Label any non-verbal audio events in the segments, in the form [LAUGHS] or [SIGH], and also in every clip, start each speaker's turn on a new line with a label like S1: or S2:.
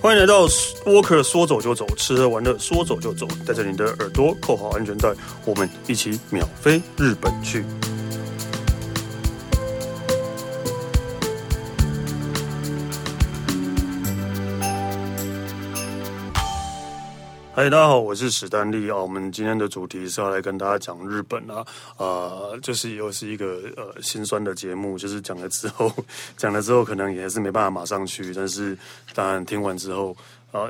S1: 欢迎来到 Walker，说走就走，吃喝玩乐说走就走，带着你的耳朵扣好安全带，我们一起秒飞日本去。嗨，大家好，我是史丹利啊。我们今天的主题是要来跟大家讲日本啊，啊、就是又是一个呃心酸的节目，就是讲了之后， [LAUGHS] 讲了之后可能也是没办法马上去，但是当然听完之后啊、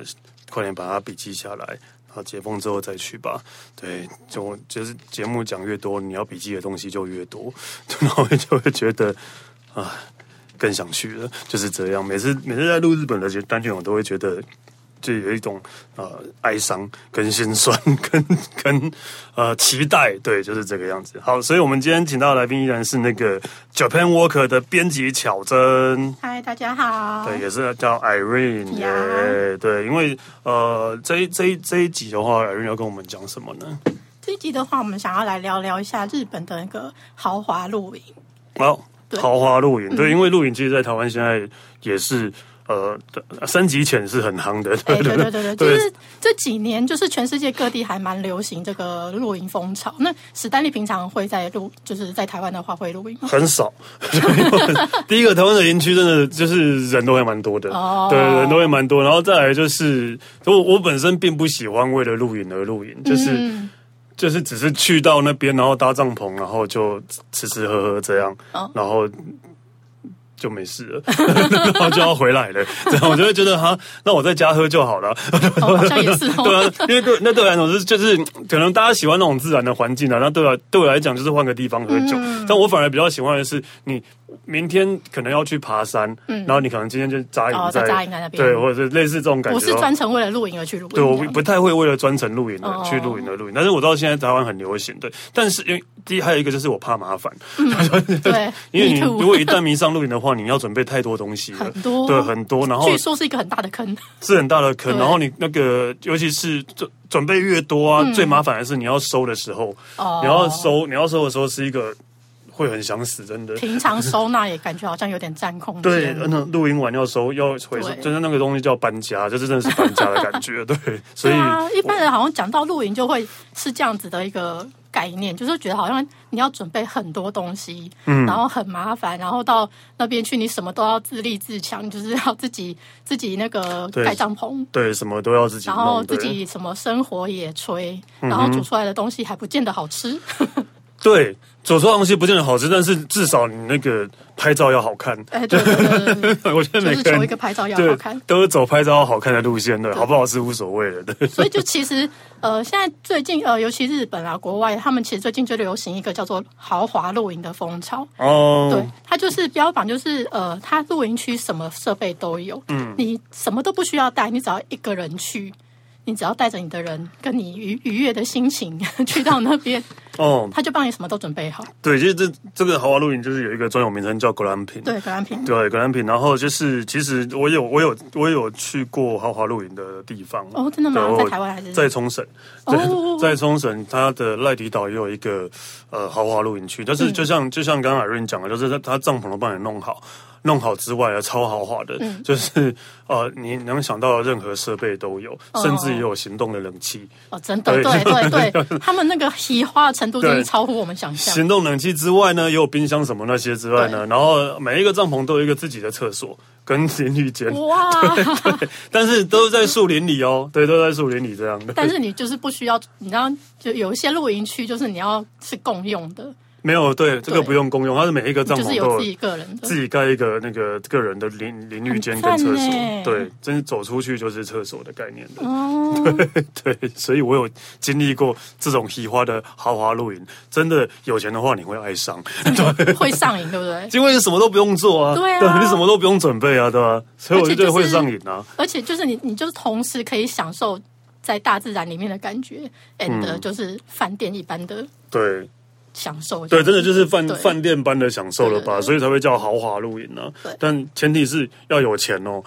S1: 快点把它笔记下来，然后解封之后再去吧。对，就就是节目讲越多，你要笔记的东西就越多， [LAUGHS] 然后就会觉得啊更想去了，就是这样。每次每次在录日本的节单曲，我都会觉得就有一种呃哀伤、跟心酸、 [LAUGHS] 跟跟呃期待，对，就是这个样子。好，所以我们今天请到的来宾依然是那个 Japan Walker 的编辑巧珍，
S2: 嗨，大家好。
S1: 对，也是叫 Irene，耶
S2: Yeah
S1: 对，因为呃这一这一这一集的话，Irene 要跟我们讲什么呢？
S2: 这一集的话，我们想要来聊聊一下日本的那个豪华露营。
S1: 哦，
S2: 对嗯
S1: 豪华露营，对，因为露营其实，在台湾现在也是。呃，三级犬是很夯的，
S2: 哎、
S1: 对
S2: 对
S1: [LAUGHS] 对
S2: 对对对，就是这几年，就是全世界各地还蛮流行这个露营风潮。那史丹利平常会在露，就是在台湾的话会露
S1: [LAUGHS]
S2: 营吗？
S1: 很少。第一个，台湾的营区真的就是人都还蛮多的，
S2: 哦
S1: 对，人都会蛮多。然后再来就是，我我本身并不喜欢为了露营而露
S2: 嗯
S1: 营，就是、就是只是去到那边，然后搭帐篷，然后就吃吃喝喝这样，
S2: 哦
S1: 然后。就没事了， [LAUGHS] 然后就要回来了， [LAUGHS] 这样我就会觉得哈，那我在家喝就好了。
S2: 哦，好像也是
S1: [LAUGHS] 对
S2: 哦。
S1: 啊，因为对那对我来讲是就是可能大家喜欢那种自然的环境啊，那对我来对我来讲就是换个地方喝酒，
S2: 嗯
S1: 但我反而比较喜欢的是你明天可能要去爬山，然后你可能今天就扎
S2: 嗯哦
S1: 营
S2: 在扎营在那边
S1: 对，或者是类似这种感觉。哦
S2: 我是专程为了露营而去露营。
S1: 啊对，我不
S2: 这样
S1: 不太会为了专程露营的、
S2: 哦
S1: 去露营的露营，但是我知道现在台湾很流行，对。但是因为第一还有一个就是我怕麻烦，
S2: 嗯
S1: [LAUGHS]
S2: 对
S1: 因为你
S2: me too
S1: 如果一旦迷上露营的话，你要准备太多东西了，
S2: 很多
S1: 对很多，然后
S2: 据说是一个很大的坑。
S1: 是很大的坑，
S2: 对
S1: 然后你那个，尤其是准准备越多啊，最麻烦的是你要收的时候，
S2: 嗯哦
S1: 你要收你要收的时候是一个会很想死，真的。
S2: 平常收纳也感觉好像有点占空
S1: 对
S2: 间。，
S1: 那录音完要收要回收，
S2: 对
S1: 就是那个东西叫搬家，就是真的是搬家的感
S2: [LAUGHS]
S1: 觉，对，所以
S2: 对啊，一般人好像讲到露营就会是这样子的一个概念，就是觉得好像你要准备很多东西，
S1: 嗯
S2: 然后很麻烦，然后到那边去你什么都要自立自强，就是要自己自己那个
S1: 对
S2: 盖帐篷。
S1: 对什么都要自己
S2: 然后
S1: 弄，嗯
S2: 自
S1: 对。
S2: 己什么生活野炊，然后煮出来的东西还不见得好吃。
S1: [LAUGHS] 对，煮出来的东西不见得好吃，但是至少你那个拍照要好看。
S2: 哎，对对对对
S1: [LAUGHS]
S2: 对，
S1: 我觉得
S2: 就
S1: 每
S2: 是
S1: 个人
S2: 求一个拍照要
S1: 对
S2: 好看。
S1: 都是走拍照要好看的路线，对，好不好吃无所谓了，对。
S2: 所以就其实呃，现在最近呃，尤其日本啊、国外，他们其实最近就流行一个叫做豪华露营的风潮。
S1: 哦，
S2: 对，它就是标榜，就是呃，它露营区什么设备都有，嗯，你什么都不需要带，你只要一个人去，你只要带着你的人，跟你愉愉悦的心情 [LAUGHS] 去到那
S1: [LAUGHS]
S2: 边，
S1: 哦，
S2: 他就帮你什么都准备好。
S1: 对，其实这这个豪华露营就是有一个专有名称叫 glamping。
S2: 对，格兰平，
S1: 对 glamping，然后就是其实我有我有我有去过豪华露营的地方
S2: 哦真的吗
S1: 对
S2: 在
S1: 我
S2: 台湾还是
S1: 在冲绳？
S2: 哦
S1: 对在冲绳，它的赖迪岛也有一个呃豪华露营区，但
S2: 嗯
S1: 是就像、就像刚刚 Irene 讲的，就是它它帐篷都帮你弄好。弄好之外啊，超豪华的，
S2: 嗯
S1: 就是呃，你能想到的任何设备都有，甚至也有行动的冷气。
S2: 哦，真的，
S1: [LAUGHS] 对
S2: 对对对，他们那个喜化的程度真
S1: 对
S2: 是超乎我们想象。
S1: 行动冷气之外呢，也有冰箱什么那些之外呢，然后每一个帐篷都有一个自己的厕所跟淋浴间， [LAUGHS]
S2: 哇！
S1: 但是都是在树林里哦，对，都在树林里这样的。
S2: 但是你就是不需要，你知道，就有一些露营区，就是你要是共用的，
S1: 没有，对，这个
S2: 对
S1: 不用公用，它是每一个帐
S2: 就是
S1: 篷
S2: 有
S1: 都
S2: 自己个人的
S1: 自。己盖一个那个个人的淋淋浴间跟厕
S2: 很赞
S1: 所
S2: 欸，
S1: 对，真是走出去就是厕所的概念的。
S2: 哦，
S1: [LAUGHS] 对，所以我有经历过这种喜花的豪华露营，真的有钱的话你会爱上，
S2: 会上瘾，对不对？
S1: [LAUGHS] 因为你什么都不用做啊，
S2: 对啊
S1: 你什么都不用准备啊，对吧、所以我就觉得会上瘾啊。
S2: 而且就是你，你就是同时可以享受在大自然里面的感觉，and、就是
S1: 嗯
S2: 饭店一般的
S1: 对
S2: 享受。
S1: 对，真的就是饭
S2: 对
S1: 饭店般的享受了
S2: 对
S1: 吧，所以才会叫豪华露营呢、
S2: 对
S1: 但前提是要有钱
S2: [LAUGHS]
S1: 哦，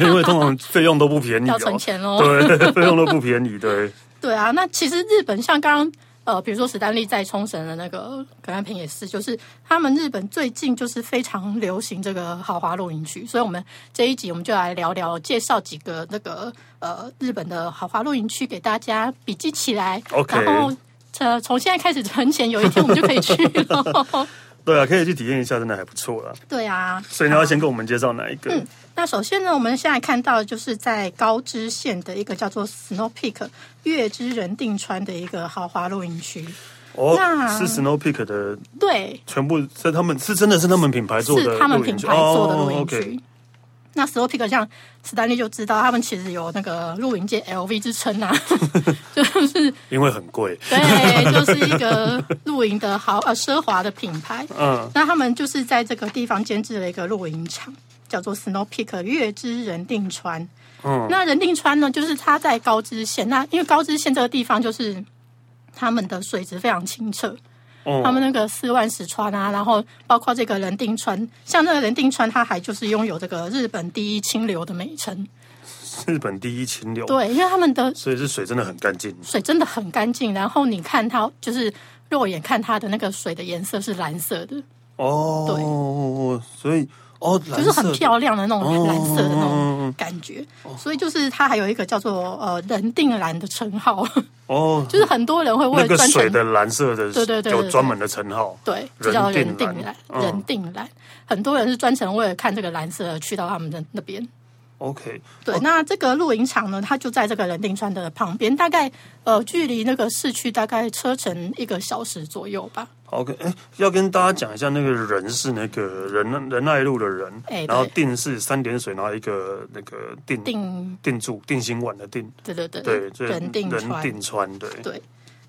S1: 因为通常费用都不便宜、哦，
S2: 要存钱哦
S1: 对，费用都不便宜，对，
S2: 对啊，那其实日本像刚刚呃，比如说史丹利在冲绳的那个葛兰平也是，就是他们日本最近就是非常流行这个豪华露营区，所以我们这一集我们就来聊聊，介绍几个那个呃日本的豪华露营区给大家笔记起来
S1: OK
S2: 然后呃从现在开始存钱，有一天我们就可以去了。 [LAUGHS]
S1: 对啊，可以去体验一下，真的还不错啦。
S2: 对啊，
S1: 所以你要先跟我们介绍哪一个？
S2: 嗯那首先呢，我们现在看到就是在高知县的一个叫做 Snow Peak 月之人定川的一个豪华露营区。
S1: 哦
S2: 那，
S1: 是 Snow Peak 的
S2: 对，
S1: 全部，是他们是真的是他们品牌做的露营
S2: 是
S1: 区，
S2: 他们品牌做的露
S1: 哦
S2: 营区。
S1: ，OK
S2: 那 Snow Peak 像史丹利就知道，他们其实有那个露营界 LV 之称啊， [LAUGHS] 就是
S1: 因为很贵，
S2: 对，就是一个露营的豪呃奢华的品牌。
S1: 嗯，
S2: 那他们就是在这个地方监制了一个露营场，叫做 Snow Peak 月之人定川。
S1: 嗯，
S2: 那人定川呢，就是它在高知县，那因为高知县这个地方就是他们的水质非常清澈，
S1: 哦
S2: 他们那个四万石川啊，然后包括这个人定川，像那个人定川，它还就是拥有这个日本第一清流的美称。
S1: 日本第一清流，
S2: 对，因为他们的
S1: 所以这水真的很干净。
S2: 水真的很干净，然后你看它就是肉眼看它的那个水的颜色是蓝色的，
S1: 哦，所以哦，就
S2: 就是很漂亮的那种
S1: 哦
S2: 蓝色的那种感觉，所以就是它还有一个叫做呃人定蓝的称号， [LAUGHS]
S1: 哦，
S2: 就是很多人会为
S1: 那
S2: 了
S1: 个
S2: 专
S1: 水
S2: 程
S1: 的蓝色的，
S2: 对对对对
S1: 有专门的称号。
S2: 对，
S1: 人
S2: 这叫
S1: 定
S2: 人定
S1: 蓝
S2: 蓝，
S1: 嗯
S2: 人定蓝。很多人是专程为了看这个蓝色而去到他们的那边。
S1: OK，
S2: 对，那这个露营场呢，它就在这个人定川的旁边，大概呃距离那个市区大概车程一个小时左右吧。
S1: OK，哎、要跟大家讲一下，那个人是那个仁仁爱路的人，
S2: 哎对
S1: 然后定是三点水，然后一个那个定
S2: 定，
S1: 定住定心丸的定，
S2: 对对对，
S1: 对，这
S2: 人定
S1: 人
S2: 川。
S1: 定川，对，
S2: 对，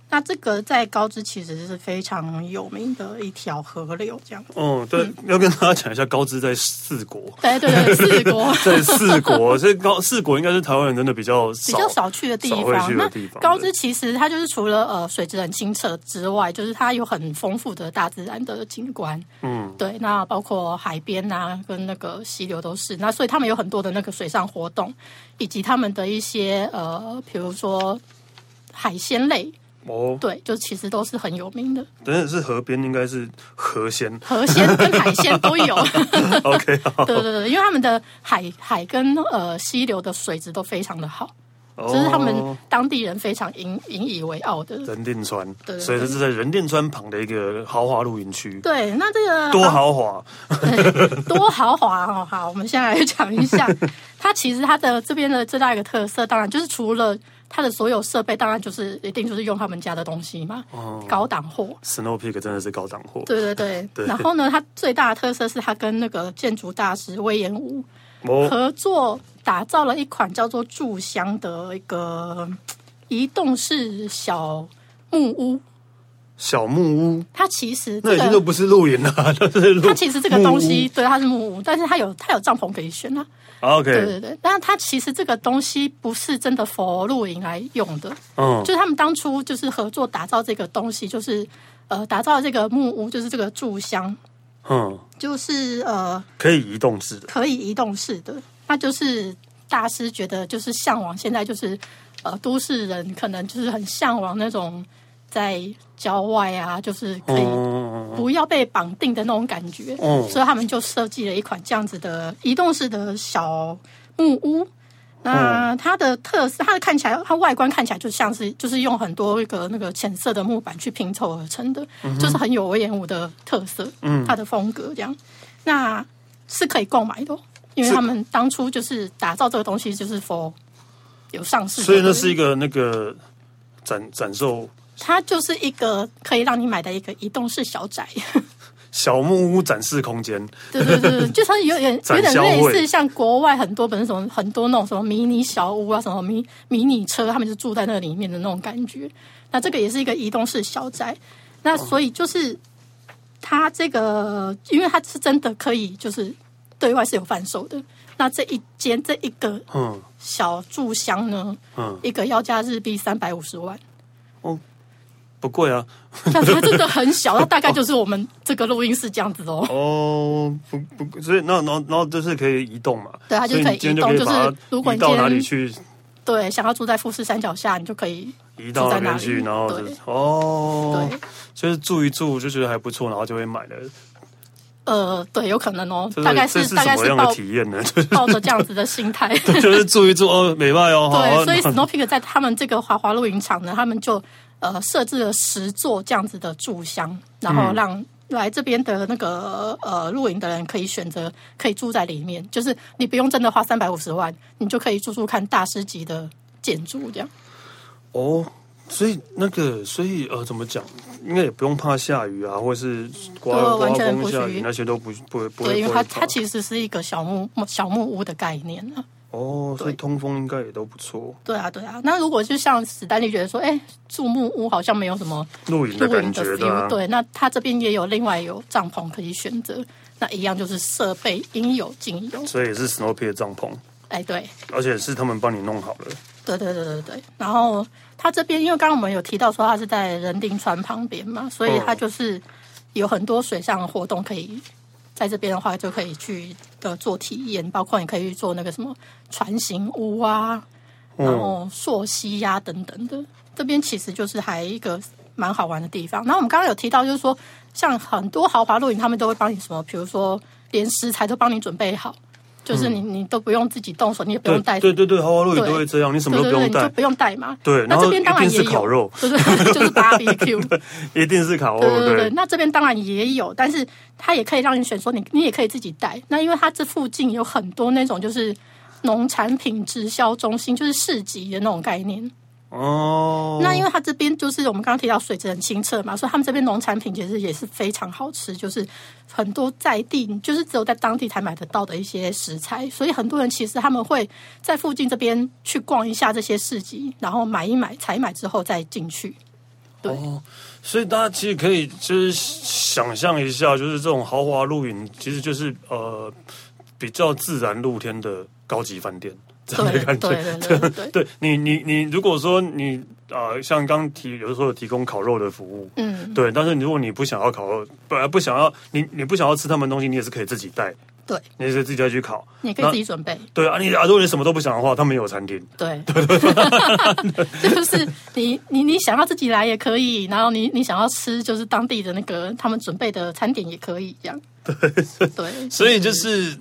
S2: 那这个在高知其实是非常有名的一条河流，这样子。
S1: 哦、对，要跟大家讲一下，高知在四国，
S2: 对对对，四
S1: [LAUGHS]
S2: 国
S1: 在四国， [LAUGHS] 所以高四国应该是台湾人真的比较
S2: 比
S1: 少，
S2: 较少去的地
S1: 少会
S2: 方。
S1: 去
S2: 那
S1: 的地方
S2: 高
S1: 对
S2: 知其实它就是除了呃水质很清澈之外，就是它有很丰富的大自然的景观。嗯，对，那包括海边啊，跟那个溪流都是。那所以他们有很多的那个水上活动，以及他们的一些呃，比如说海鲜类，
S1: 哦，
S2: 对，就其实都是很有名的，
S1: 等等是河边，应该是河
S2: [LAUGHS]
S1: 鲜
S2: 河鲜跟海鲜都有。
S1: ，OK，好，
S2: 对对对，因为他们的海海跟呃溪流的水质都非常的好，
S1: 哦
S2: 这是他们当地人非常引引以为傲的。
S1: 人定川，
S2: 对对
S1: 所以这是在人定川旁的一个豪华露营区，
S2: 对，啊那这个啊
S1: 多豪华，
S2: 多豪华哦！好，我们先来讲
S1: [LAUGHS]
S2: 一下，它其实它的这边的最大一个特色，当然就是除了它的所有设备，当然就是一定就是用他们家的东西嘛，
S1: 哦
S2: 高档货。
S1: Snow Peak 真的是高档货，
S2: 对对对，
S1: 对
S2: 然后呢，它最大的特色是它跟那个建筑大师威严武
S1: 哦，
S2: [LAUGHS] 合作打造了一款叫做“住香”的一个嗯移动式小木屋。
S1: 小木屋，
S2: 它其实
S1: 那
S2: 这
S1: 已经都
S2: 个
S1: 不是露营了， [LAUGHS] 那是露
S2: 它其实这个东西，对，它是木屋，但是它有它有帐篷可以选啊。
S1: 啊 OK，
S2: 对对对，但是它其实这个东西不是真的 for 露营来用的，
S1: 嗯
S2: 就是他们当初就是合作打造这个东西，就是呃打造这个木屋，就是这个住箱，
S1: 嗯，
S2: 就是呃
S1: 可以移动式的，
S2: 可以移动式的，那就是大师觉得就是向往现在就是呃都市人可能就是很向往那种在郊外啊，就是可以
S1: 嗯，
S2: 不要被绑定的那种感觉，
S1: 嗯
S2: 所以他们就设计了一款这样子的移动式的小木屋。那
S1: 嗯
S2: 它的特色，它的看起来，它外观看起来就像是就是用很多一个那个浅色的木板去拼凑而成的，
S1: 嗯
S2: 就是很有威严舞的特色，嗯，它的风格这样，那是可以购买的哦、因为
S1: 是
S2: 他们当初就是打造这个东西就是 for 有上市的，
S1: 所以那是一个那个展展售
S2: 它就是一个可以让你买的一个移动式小宅。
S1: 小木屋展示空间，
S2: 对对对，对，就是有点有
S1: 展
S2: 点
S1: 销
S2: 类
S1: 会
S2: 似像国外很多本什么很多那种什么迷你小屋啊，什么迷迷你车，他们就住在那里面的那种感觉。那这个也是一个移动式小宅，那所以就是它这个，因为它是真的可以就是对外是有贩售的。那这一间这一个
S1: 嗯
S2: 小住箱呢，
S1: 嗯，
S2: 一个要价日币三百五十万，
S1: 不贵啊，
S2: 那它真的很小，它大概就是我们这个录音室这样子哦。
S1: 哦，不不，所以那然后然后就是可以移动嘛，
S2: 对它就
S1: 所以
S2: 可以
S1: 你今天就可以
S2: 移动
S1: 把
S2: 就是如果
S1: 它移
S2: 你
S1: 到
S2: 今天
S1: 哪里去，
S2: 对，想要住在富士山脚下，你就可以
S1: 移到那边去，
S2: 住在哪里
S1: 然后就
S2: 对
S1: 哦
S2: 对，
S1: 就是住一住就觉得还不错，然后就会买了。
S2: 呃，对，有可能哦，
S1: 这
S2: 大概
S1: 这
S2: 是
S1: 是
S2: 大
S1: 什
S2: 概
S1: 么
S2: 是
S1: 样的
S2: 抱
S1: 体验呢？ [LAUGHS] 就是
S2: [LAUGHS] 抱着这样子的心
S1: [LAUGHS]
S2: 态。
S1: 就是住一住哦，美败哦，好啊
S2: 对，所以 Snow Peak 在他们这个滑滑露营场呢，他们就呃设置了十座这样子的住箱，然后让来这边的那个呃露营的人可以选择可以住在里面，就是你不用真的花三百五十万，你就可以住住看大师级的建筑这样。
S1: 哦，所以那个，所以呃，怎么讲，应该也不用怕下雨啊，或是刮
S2: 对
S1: 刮
S2: 完全
S1: 风
S2: 不
S1: 下
S2: 至
S1: 雨
S2: 于
S1: 那些都不不会不会。
S2: 对，因为
S1: 不会
S2: 它
S1: 怕
S2: 它其实是一个小木小木屋的概念啊。
S1: 哦，所以
S2: 对
S1: 通风应该也都不错，
S2: 对啊，对啊。那如果就像史丹利觉得说，哎，住木屋好像没有什么
S1: 露营的
S2: 露
S1: 感
S2: 营的
S1: 觉的、啊
S2: feel，。对，那它这边也有另外有帐篷可以选择，那一样就是设备应有尽有。
S1: 所以也是 Snow Peak 的帐篷，
S2: 哎，对，
S1: 而且是他们帮你弄好了。
S2: 对对对对对。然后它这边，因为刚刚我们有提到说它是在人丁川旁边嘛，所以它
S1: 嗯
S2: 就是有很多水上活动可以在这边的话就可以去的做体验，包括你可以去做那个什么船型屋啊，
S1: 嗯
S2: 然后溯溪呀、等等的，这边其实就是还一个蛮好玩的地方。然后我们刚刚有提到，就是说像很多豪华露营，他们都会帮你什么，比如说连食材都帮你准备好，就是你、你都不用自己动手，你也不用带
S1: 嗯对对对对，豪华露营
S2: 对
S1: 都会这样，你什么
S2: 对
S1: 都
S2: 对
S1: 不
S2: 对，
S1: 用带，
S2: 你就
S1: [LAUGHS]
S2: 不用带嘛。
S1: 对
S2: 那
S1: 然后
S2: 这边当然
S1: 一定
S2: 也
S1: 是烤肉
S2: 有，对 [LAUGHS] 对，就是 barbecue。
S1: [LAUGHS] 一定是烤肉。
S2: 对对对，那这边当然也有，但是它也可以让你选，说你你也可以自己带。那因为它这附近有很多那种就是农产品直销中心，就是市集的那种概念。
S1: 哦，
S2: 那因为它这边就是我们刚刚提到水质很清澈嘛，所以他们这边农产品其实也是非常好吃，就是很多在地，就是只有在当地才买得到的一些食材，所以很多人其实他们会在附近这边去逛一下这些市集，然后买一买、采买之后再进去。对，
S1: 所以大家其实可以就是想象一下，就是这种豪华露营，其实就是呃比较自然露天的高级饭店这样的
S2: 对
S1: 感觉。
S2: 对对对
S1: [LAUGHS]
S2: 对，
S1: 对你，你你如果说你呃，像刚提有时候有提供烤肉的服务，
S2: 嗯，
S1: 对，但是如果你不想要烤肉，本来不想要你你不想要吃他们的东西，你也是可以自己带，
S2: 对，
S1: 你也是自己再去烤。
S2: 你可以自己准备。
S1: 对啊，你啊，如果你什么都不想的话，他们也有餐厅。
S2: [LAUGHS] 对， [LAUGHS] 就是你你你想要自己来也可以，然后你你想要吃就是当地的那个他们准备的餐点也可以这样。 [LAUGHS] 对对，
S1: 所以就是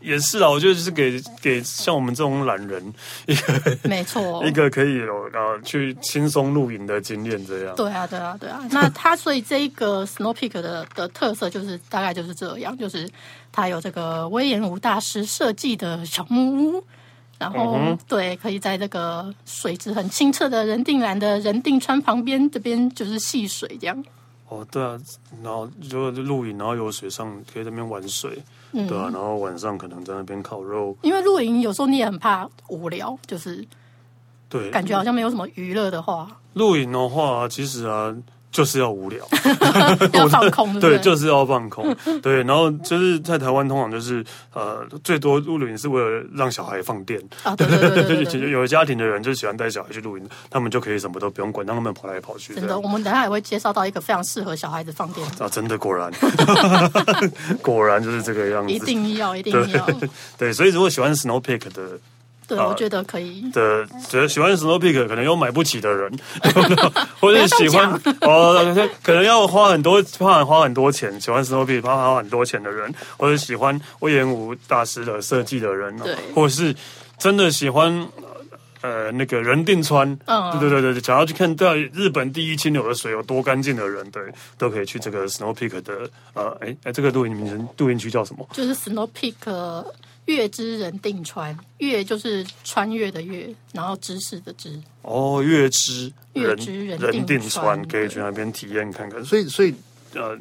S1: 也是啊，我觉得就是给给像我们这种懒人一个
S2: 没错，
S1: 一个可以有呃去轻松露营的经验，这样。
S2: 对啊，对啊，对啊。那它所以这一个 Snow Peak 的的特色就是大概就是这样，就是它有这个威严吴大师设计的小木屋，然后、
S1: 嗯
S2: 对，可以在这个水质很清澈的人定兰的人定川旁边这边就是戏水这样。
S1: 哦，对啊，然后就露营，然后有水上可以在那边玩水，
S2: 嗯
S1: 对啊，然后晚上可能在那边烤肉，
S2: 因为露营有时候你也很怕无聊，就是
S1: 对，
S2: 感觉好像没有什么娱乐
S1: [LAUGHS]
S2: 的话，
S1: 露营的话，其实啊。就是要无聊，
S2: 要放空，对
S1: 对，
S2: 不对？
S1: 就是要放空，对。然后就是在台湾，通常就是呃，最多露营是为了让小孩放电，
S2: 啊，对对
S1: [LAUGHS]
S2: 对对
S1: 就
S2: 对
S1: 是
S2: 对。
S1: 有家庭的人就喜欢带小孩去露营，他们就可以什么都不用管，让他们跑来跑去这
S2: 真的，
S1: 样。
S2: 我们等一下也会介绍到一个非常适合小孩子放
S1: [LAUGHS]
S2: 电的，
S1: 啊，真的果
S2: [LAUGHS]
S1: 然，果然就是这个样
S2: 一
S1: 子。
S2: 定要，一定要。
S1: [LAUGHS] 对对，所以如果喜欢 Snow Peak 的
S2: 对，
S1: 啊
S2: 我觉得可以。
S1: 的，觉得喜欢 Snow Peak 可能有买不起的人，或者喜欢哦，可能要花很多怕花很多钱，喜欢 Snow Peak 怕花很多钱的人，或者喜欢魏延武大师的设计的人，
S2: 对
S1: 或者是真的喜欢。呃，那个人定川，
S2: 嗯
S1: 对对对对，想要去看到日本第一清流的水有多干净的人，对，都可以去这个 Snow Peak 的，呃，哎哎，这个露营名称露营区叫什么？
S2: 就是 Snow Peak 月之人定川，月就是穿越的越，然后知识的知。
S1: 哦，月之
S2: 月之人定
S1: 定
S2: 川
S1: 川，可以去那边体验看看。所以，所以呃，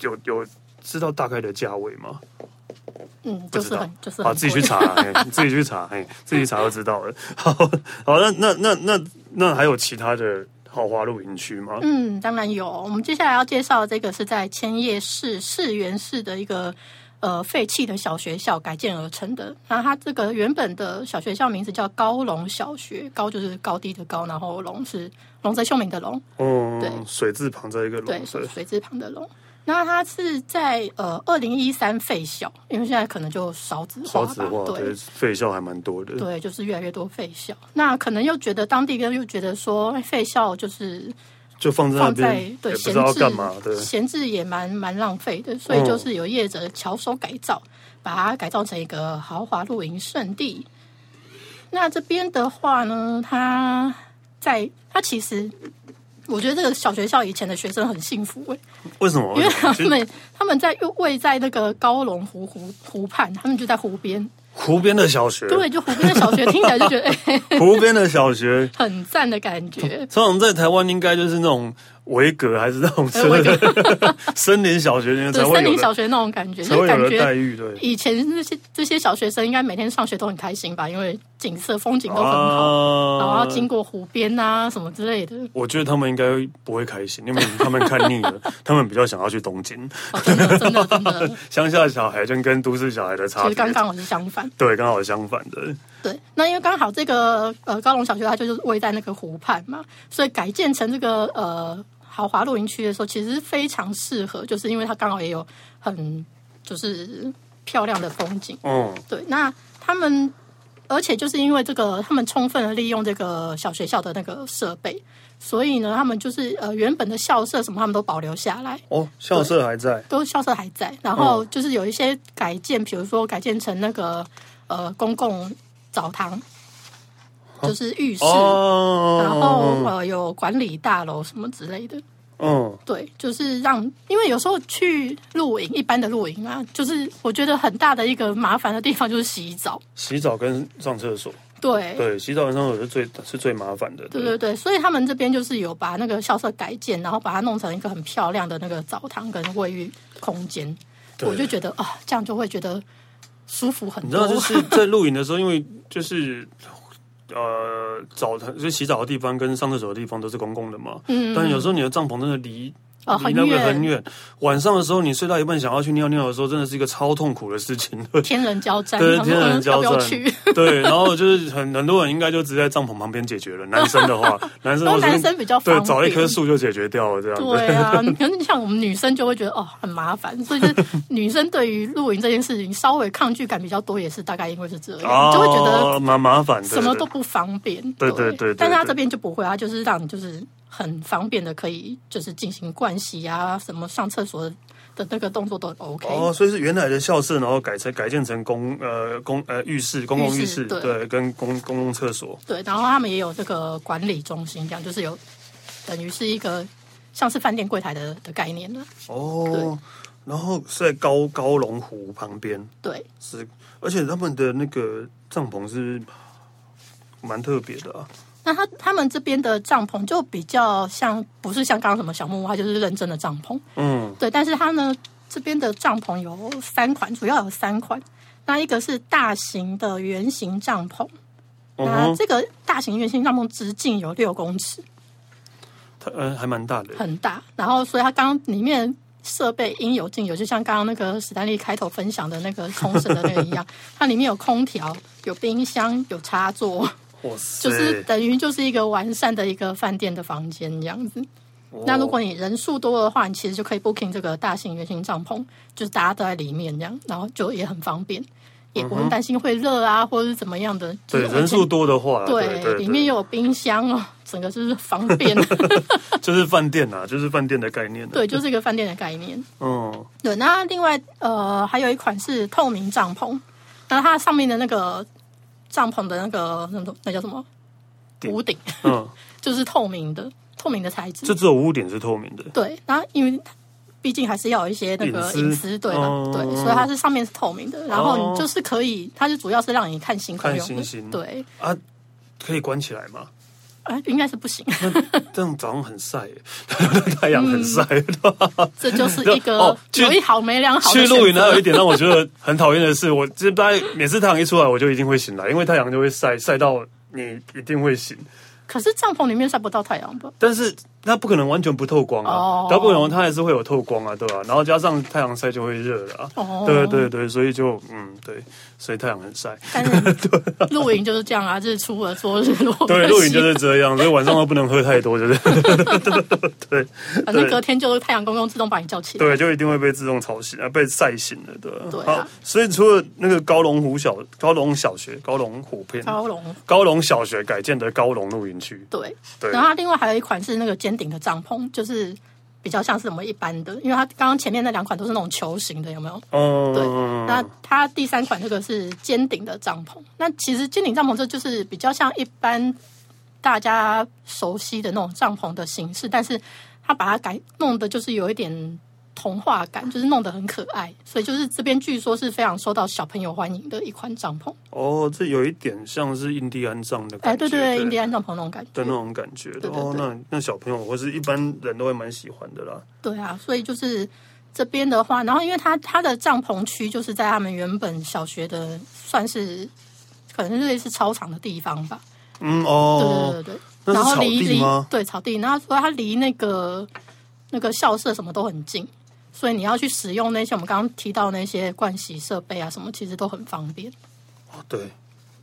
S1: 有有知道大概的价位吗？
S2: 嗯，
S1: 不
S2: 就
S1: 知
S2: 是
S1: 道
S2: 很就是
S1: 啊，
S2: 很
S1: 自己去查，嘿自己去查，嘿，自己查就知道了。 [LAUGHS] 好，好，那那那那那还有其他的豪华露营区吗？
S2: 嗯，当然有。我们接下来要介绍的这个是在千叶市市原市的一个呃废弃的小学校改建而成的。那它这个原本的小学校名字叫高龙小学，高就是高低的高，然后龙是龙泽秀明的龙，
S1: 哦
S2: 对
S1: 水字旁在一个龙，
S2: 对，水水字旁的龙。那它是在呃二零一三废校，因为现在可能就少子化
S1: 少
S2: 吧，
S1: 子化，对，
S2: 对
S1: 废校还蛮多的。
S2: 对，就是越来越多废校。那可能又觉得当地人又觉得说哎废校就是
S1: 就放在那
S2: 放
S1: 边，
S2: 在
S1: 也不
S2: 对
S1: 知
S2: 闲
S1: 道
S2: 置
S1: 干嘛对，嗯
S2: 闲置也蛮蛮浪费的，所以就是有业者巧手改造，把它改造成一个豪华露营胜地。那这边的话呢，它在它其实。我觉得这个小学校以前的学生很幸福诶、
S1: 为什么？
S2: [LAUGHS] 因为他
S1: 其实
S2: 们他们在又位在那个高龙湖湖湖畔，他们就在湖边，
S1: 湖边的小学，
S2: 对，就湖边的小学听起来就觉得、 [LAUGHS] 哎
S1: 湖边的小学，
S2: 很赞的感
S1: [LAUGHS]
S2: 觉。
S1: 通常在台湾应该就是那种维格，还是那种
S2: 哎 [LAUGHS] 维格
S1: [LAUGHS] 森林小学，才
S2: 对
S1: 会
S2: 森
S1: 有
S2: 林小
S1: 的，
S2: 学那种感觉，
S1: 才
S2: 就
S1: 会
S2: 是感
S1: 有的待
S2: 觉
S1: 遇，对。
S2: 以前那些这些小学生应该每天上学都很开心吧，因为景色风景都很好，然后
S1: 啊
S2: 要经过湖边啊什么之类的。
S1: 我觉得他们应该不会开心，因为他们看腻
S2: [LAUGHS]
S1: 了，他们比较想要去东京。
S2: 哦，真
S1: [LAUGHS]
S2: 的真的真的，
S1: 乡下小孩就跟都市小孩的差
S2: 其
S1: 别，
S2: 实刚刚好是相反。
S1: 对，刚好相反的。
S2: 对，那因为刚好这个呃高龙小学它就是位在那个湖畔嘛，所以改建成这个呃豪华露营区的时候，其实非常适合，就是因为它刚好也有很就是漂亮的风景。
S1: 嗯，
S2: 对，那他们，而且就是因为这个，他们充分的利用这个小学校的那个设备，所以呢，他们就是呃原本的校舍什么，他们都保留下来，
S1: 哦，校舍还在，
S2: 都校舍还在。然后就是有一些改建，比如说改建成那个呃公共澡堂，就是浴室，
S1: 哦
S2: 然后呃有管理大楼什么之类的。
S1: 嗯，
S2: 对，就是让，因为有时候去露营，一般的露营啊，就是我觉得很大的一个麻烦的地方就是洗澡。
S1: 洗澡跟上厕所，
S2: 对，
S1: 对，洗澡跟上厕所是最是最麻烦的。
S2: 对对对，所以他们这边就是有把那个校舍改建，然后把它弄成一个很漂亮的那个澡堂跟卫浴空间。
S1: 对
S2: 我就觉得啊，这样就会觉得舒服很
S1: 你知
S2: 多
S1: 道，。就是在露营的时候，因为就是呃，澡堂就洗澡的地方跟上厕所的地方都是公共的嘛。
S2: 嗯
S1: 但有时候你的帐篷真的离
S2: 哦
S1: 离
S2: 很
S1: 那个
S2: 远
S1: 很远，晚上的时候你睡到一半想要去尿尿的时候，真的是一个超痛苦的事
S2: [LAUGHS]
S1: 情。
S2: 天人交战，
S1: 对
S2: 然后呃
S1: 天人交战
S2: 哎嗯要不要去？
S1: [LAUGHS] 对，然后就是很很多人应该就直接在帐篷旁边解决了。男生的
S2: [LAUGHS]
S1: 话，男生
S2: 然后
S1: 或者
S2: 男生比较方
S1: 对
S2: 便，
S1: 找一棵树就解决掉了这样子。
S2: 对啊，可能像我们女生就会觉得哦很麻烦，所以就是女生对于露营这件事情稍微抗拒感比较多，也是大概因为是这样，
S1: 哦
S2: 就会觉得
S1: 蛮麻烦的，
S2: 什么
S1: 对
S2: 都不方便。
S1: 对对对对
S2: 但是他
S1: 对
S2: 这边就不会，他就是让你就是很方便的可以就是进行盥洗啊，什么上厕所的那个动作都很 OK。
S1: 哦，所以是原来的校舍，然后改成改建成公呃公呃浴室、公共浴室，
S2: 浴室对
S1: 对，跟公公共厕所。
S2: 对，然后他们也有这个管理中心，这样就是有等于是一个像是饭店柜台的的概念了。
S1: 哦，然后是在高高龙湖旁边，
S2: 对，
S1: 是而且他们的那个帐篷是蛮特别的啊。
S2: 那他他们这边的帐篷就比较像，不是像刚刚什么小木屋，它就是认真的帐篷。
S1: 嗯，
S2: 对，但是它呢这边的帐篷有三款，主要有三款。那一个是大型的圆形帐篷，那
S1: 嗯哼，
S2: 这个大型圆形帐篷直径有六公尺，
S1: 它呃还蛮大的。
S2: 很大。然后，所以它刚里面设备应有尽有，就像刚刚那个史丹利开头分享的那个冲绳的那个
S1: [LAUGHS]
S2: 一样，它里面有空调、有冰箱、有插座，
S1: 哇塞！
S2: 就是等于就是一个完善的一个饭店的房间这样子。
S1: 哦
S2: 那如果你人数多的话，你其实就可以 booking 这个大型圆形帐篷，就是大家都在里面这样，然后就也很方便，也不用担心会热啊，或者是怎么样的。
S1: 嗯对
S2: 就是
S1: 人数多的话，
S2: 对
S1: 对对，
S2: 里面有冰箱哦，整个就是方
S1: [LAUGHS]
S2: 便。
S1: 就是饭店啊，就是饭店的概念啊。
S2: 对，就是一个饭店的概念。
S1: 嗯，
S2: 对，那另外呃还有一款是透明帐篷，那它上面的那个帐篷的那个那种那叫什么
S1: 顶
S2: 屋顶，
S1: 嗯，
S2: 就是透明的，透明的材质
S1: 就。只有屋顶是透明的。
S2: 对，然后因为它毕竟还是要有一些那个
S1: 隐私
S2: 隐私，对吧？
S1: 哦
S2: 对，所以它是上面是透明的，然后
S1: 哦
S2: 你就是可以，它是主要是让你看星空
S1: 看
S2: 用的。
S1: 星星
S2: 对，
S1: 啊，可以关起来吗？
S2: 啊，应该是不行， [LAUGHS]
S1: 这样早上很晒耶， [LAUGHS] 太阳很晒。 [LAUGHS]
S2: 这就是一个、
S1: 哦去
S2: 有一好没两嗯好的
S1: 去
S2: 选择
S1: 露营还有一点让我觉得很讨厌的是，我这大概每次太阳一出来，我就一定会醒来，因为太阳就会晒晒到你一定会醒。
S2: 可是帐篷里面晒不到太阳吧？
S1: 但是它不可能完全不透光啊
S2: 哦，
S1: 它不可能它还是会有透光啊，对吧、然后加上太阳晒就会热了啊，
S2: 哦
S1: 对对对，所以就嗯对，所以太阳很晒。
S2: 但
S1: [LAUGHS]
S2: 是露营就是这样啊，日出而作，日落而息
S1: 对，露营就是这样，所以晚上都不能喝太多，就是 [LAUGHS] 对
S2: 反正
S1: 对
S2: 隔天就是太阳公公自动把你叫起来。
S1: 对，就一定会被自动吵醒啊，被晒醒的，对吧。
S2: 对啊
S1: 好，所以除了那个高龙湖小高龙小学、高龙湖片、
S2: 高龙
S1: 高龙小学改建的高龙露营区，
S2: 对，
S1: 对
S2: 然后它另外还有一款是那个尖顶的帐篷，就是比较像是我们一般的，因为它刚刚前面那两款都是那种球形的，有没有？对，
S1: 嗯，
S2: 那它第三款这个是尖顶的帐篷。那其实尖顶帐篷这就是比较像一般大家熟悉的那种帐篷的形式，但是它把它改弄的就是有一点童话感，就是弄得很可爱。所以就是这边据说是非常受到小朋友欢迎的一款帐篷。
S1: 哦，这有一点像是印第安藏的感觉，
S2: 哎，对对对，印第安帐篷那种感
S1: 的
S2: 觉
S1: 那。种感觉的
S2: 对对
S1: 哦，
S2: 对
S1: 那那小朋友或是一般人都会蛮喜欢的啦。
S2: 对啊，所以就是这边的话，然后因为它它的帐篷区就是在他们原本小学的，算是可能是类似操场的地方吧。
S1: 嗯哦，
S2: 对对对
S1: 那
S2: 对，
S1: 是
S2: 然后
S1: 草
S2: 离
S1: 地
S2: 离
S1: 吗
S2: 对草地，然后所以它离那个那个校舍什么都很近，所以你要去使用那些我们刚刚提到那些盥洗设备啊什么，其实都很方便。
S1: 对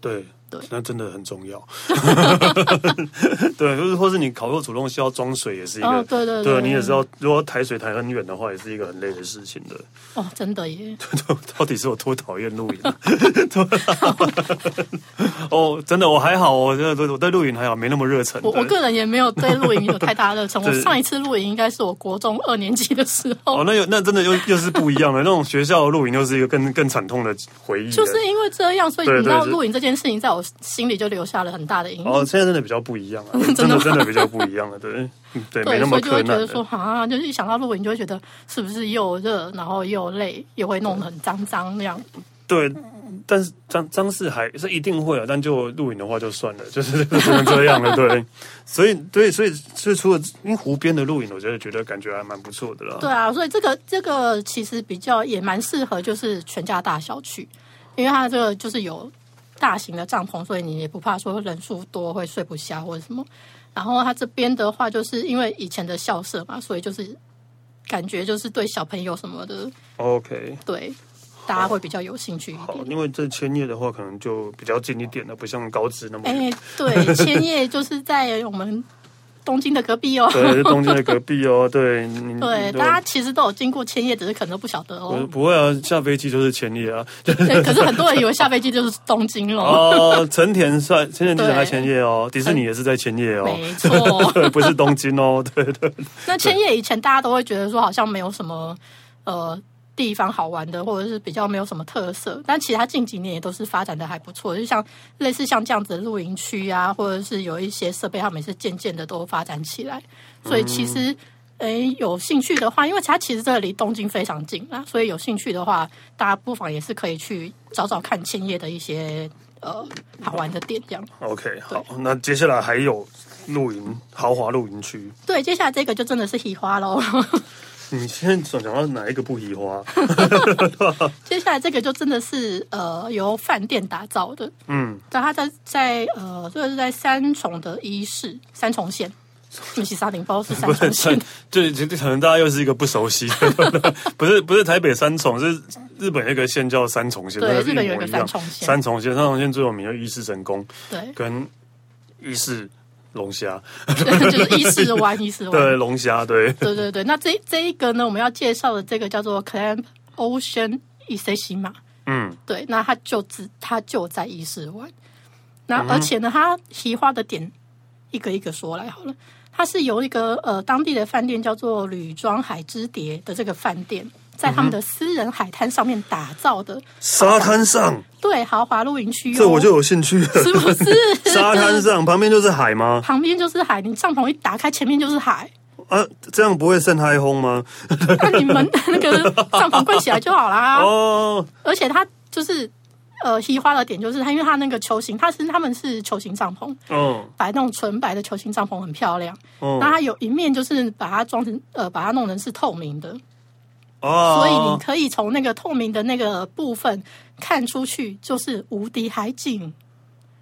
S1: 对
S2: 对
S1: 那真的很重要。 [LAUGHS] 对，就是或是你烤肉煮东西要装水，也是一个，啊
S2: 哦对对对
S1: 你也是要，如果抬水抬很远的话，也是一个很累的事情的。 [LAUGHS]
S2: 哦，真的耶！
S1: 到底是有多讨厌露营？啊 [LAUGHS] 哦，真的我还好，我真的我对露营还好，没那么热忱。
S2: 我我
S1: 对
S2: 个人也没有对露营有太大的
S1: [LAUGHS]
S2: 热忱。我
S1: 对
S2: 上一次露营应该是我国中二年级的时候，
S1: 哦，那有那真的又又是不一样的，那种学校的露营又是一个更更惨痛的回忆了。
S2: 就是因为这样，所以
S1: 对
S2: 你知道
S1: 对对
S2: 露营这件事情在我心里就留下了很大的阴影。
S1: 哦，现在真的比较不一样了，
S2: [LAUGHS]
S1: 真的真的比较不一样了，对嗯对，没
S2: 对
S1: 那，
S2: 所
S1: 么
S2: 以就会
S1: 困
S2: 觉
S1: 难
S2: 得
S1: 了。
S2: 说啊，就是一想到露营就会觉得是不是又热，然后又累，也会弄得很脏脏那样。
S1: 对，
S2: 嗯
S1: 但是张张氏还是一定会啊，但就露营的话就算了，就是 [LAUGHS] 就只能这样了，对。所以对，所以所以除了因为湖边的露营，我觉得觉得感觉还蛮不错的啦。
S2: 对啊，所以这个这个其实比较也蛮适合就是全家大小去，因为它这个就是有大型的帐篷，所以你也不怕说人数多会睡不下或者什么。然后它这边的话，就是因为以前的校舍嘛，所以就是感觉就是对小朋友什么的，
S1: OK，
S2: 对大家会比较有兴趣一
S1: 好，
S2: 点。
S1: 因为这千叶的话，可能就比较近一点了，不像高知那么远。
S2: 哎，对，千叶就是在我们东京的隔壁哦。
S1: 对，东京的隔壁哦，
S2: [LAUGHS]
S1: 对，你
S2: 对，大家其实都有经过千叶，只是可能都不晓得
S1: 不
S2: 哦。
S1: 不会啊，下飞机就是千叶啊。
S2: 对，可是很多人以为下飞机就是东京喽。
S1: 哦，成田算成田机场在
S2: 对
S1: 千叶哦，迪士尼也是在千叶哦，
S2: 没
S1: [LAUGHS]
S2: 错
S1: 对，不是东京哦，对对
S2: 那千叶以前大家都会觉得说好像没有什么呃地方好玩的，或者是比较没有什么特色，但其实它近几年也都是发展的还不错，就像类似像这样子的露营区啊，或者是有一些设备，他们也是渐渐的都发展起来，所以其实。诶，有兴趣的话，因为它其实这离东京非常近啊，所以有兴趣的话，大家不妨也是可以去找找看千叶的一些呃好玩的点，这样。
S1: ，OK，好，那接下来还有露营豪华露营区，
S2: 对，接下来这个就真的是喜花喽。
S1: 你现在想讲到哪一个不移
S2: [LAUGHS]
S1: 花？
S2: 接下来这个就真的是呃由饭店打造的，
S1: 嗯，
S2: 但它在在呃这个是在三重的伊势三重县，米西沙丁包是三重县，
S1: 对，就可能大家又是一个不熟悉的， [LAUGHS] 不是不是台北三重，是日本有一个县叫三重县，
S2: 对
S1: 那是
S2: 日本
S1: 一模
S2: 有一个
S1: 一样
S2: 三重县
S1: 三重县三重县最有名的伊势神宫
S2: 对， [LAUGHS]
S1: 跟伊势龙虾，
S2: 就是伊势湾伊势
S1: 对
S2: 湾，
S1: 龙虾，对，
S2: 对对对。那这这一个呢，我们要介绍的这个叫做 Clamp Ocean Iseshima，
S1: 嗯。
S2: 对，那它就只它就在伊势湾。那
S1: 嗯
S2: 而且呢，它提花的点一个一个说来好了。它是由一个呃当地的饭店叫做吕庄海之蝶的这个饭店，在他们
S1: 嗯
S2: 的私人海滩上面打造的，
S1: 沙滩上，
S2: 对豪华露营区、哦。
S1: 这我就有兴趣了。
S2: 是不是
S1: 沙滩上旁边就是海吗？
S2: 旁边就是海，你帐篷一打开，前面就是海。
S1: 啊，这样不会渗太空吗？
S2: 那你们的那个帐篷关起来就好啦。
S1: 哦，
S2: 而且它就是呃，西花的点就是它，因为它那个球形，它是他们是球形帐篷，
S1: 嗯，
S2: 摆那种纯白的球形帐篷很漂亮。那
S1: 哦，
S2: 它有一面就是把它装成呃，把它弄成是透明的，所以你
S1: 哦，
S2: 可以从那个透明的那个部分看出去，就是无敌海景。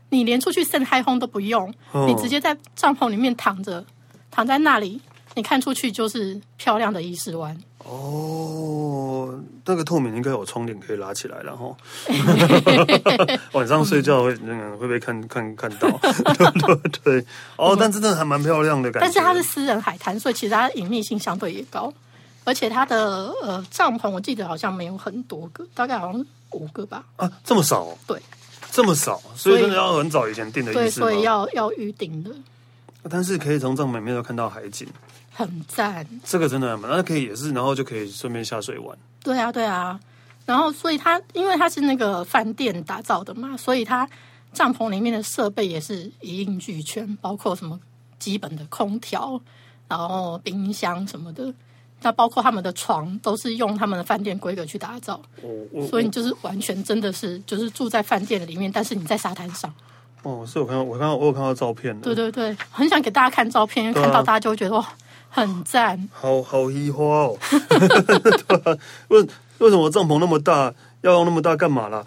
S2: 你连出去晒太空都不用，
S1: 哦
S2: 你直接在帐篷里面躺着，躺在那里，你看出去就是漂亮的伊势湾。
S1: 哦，那个透明应该有窗帘可以拉起来，然
S2: [LAUGHS]
S1: 后晚上睡觉会嗯会被看 [LAUGHS] 看看
S2: [LAUGHS]
S1: 到，对对对。哦，但真的还蛮漂亮的感觉。
S2: 但是它是私人海滩，所以其实它隐秘性相对也高，而且它的呃帐篷我记得好像没有很多个，大概好像五个吧。
S1: 啊，这么少哦，
S2: 对
S1: 这么少，所
S2: 所
S1: 以
S2: 以
S1: 真的要很早以前订的
S2: 对，
S1: 意思吗
S2: 所以要要预定的，
S1: 但是可以从帐篷里面都看到海景，
S2: 很赞。
S1: 这个真的还蛮，那可以也是，然后就可以顺便下水玩。
S2: 对啊，对啊。然后，所以它因为它是那个饭店打造的嘛，所以它帐篷里面的设备也是一应俱全，包括什么基本的空调，然后冰箱什么的。那包括他们的床都是用他们的饭店规格去打造，
S1: 我我
S2: 所以你就是完全真的是就是住在饭店里面，但是你在沙滩上。
S1: 哦，是我看到我看到我有看到照片了，
S2: 对对对，很想给大家看照片，因为
S1: 对啊
S2: 看到大家就会觉得哇，很赞。
S1: 好好移花哦。 [LAUGHS] 对啊为为什么帐篷那么大，要用那么大干嘛啦？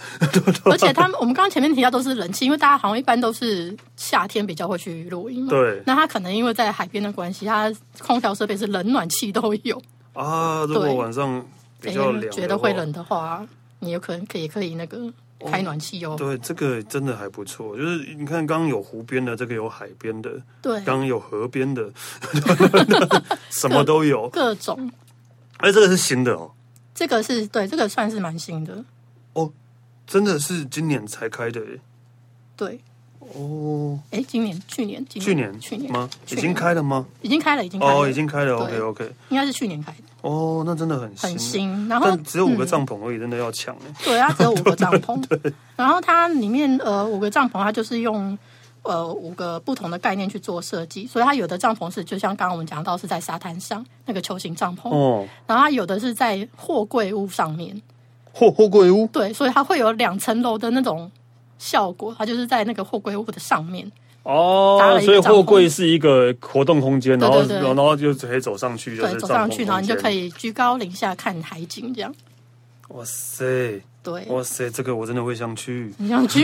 S2: 而且他们，我们刚刚前面提到都是人气，因为大家好像一般都是夏天比较会去露营嘛。
S1: 对
S2: 那他可能因为在海边的关系，他空调设备是冷暖气都有。
S1: 啊，如果
S2: 对
S1: 晚上比较
S2: 因为
S1: 凉，
S2: 觉得会。冷的话，你有可能可以可以那个开暖气哦。
S1: 对，这个真的还不错。就是你看，刚刚有湖边的，这个有海边的，
S2: 对，
S1: 刚刚有河边的， [LAUGHS] 什么都有。
S2: 各种
S1: 哎，这个是新的哦，
S2: 这个是对，这个算是蛮新的。
S1: 真的是今年才开的耶
S2: 对，
S1: 哦。
S2: 哎，今年、去年、今
S1: 去年
S2: 去年
S1: 吗？
S2: 去
S1: 已
S2: 年
S1: 经开了吗？
S2: 已经开了，已经开了，
S1: 哦，已经开了。OK
S2: 对
S1: OK。
S2: 应该是去年开的，
S1: 哦，那真的很新
S2: 很新。然后嗯
S1: 但只有五个帐篷而已，真的要抢哎。
S2: 对，它只
S1: [LAUGHS]
S2: 有五个帐篷。然后它里面呃五个帐篷，它就是用呃五个不同的概念去做设计，所以它有的帐篷是就像刚刚我们讲到是在沙滩上那个球形帐篷，
S1: 哦，
S2: 然后它有的是在货柜屋上面，
S1: 货货柜屋
S2: 对，所以它会有两层楼的那种效果，它就是在那个货柜屋的上面。搭
S1: 哦
S2: 了，一个
S1: 所以
S2: 帐篷
S1: 货柜是一个活动空间，然后
S2: 对对对
S1: 然后就可以走上去，就
S2: 对，
S1: 是
S2: 走上去，
S1: 帐篷空间
S2: 然后你就可。以居高临下看海景，这样。
S1: 哇塞，
S2: 对，
S1: 哇塞，这个我真的会想去。
S2: 你想去？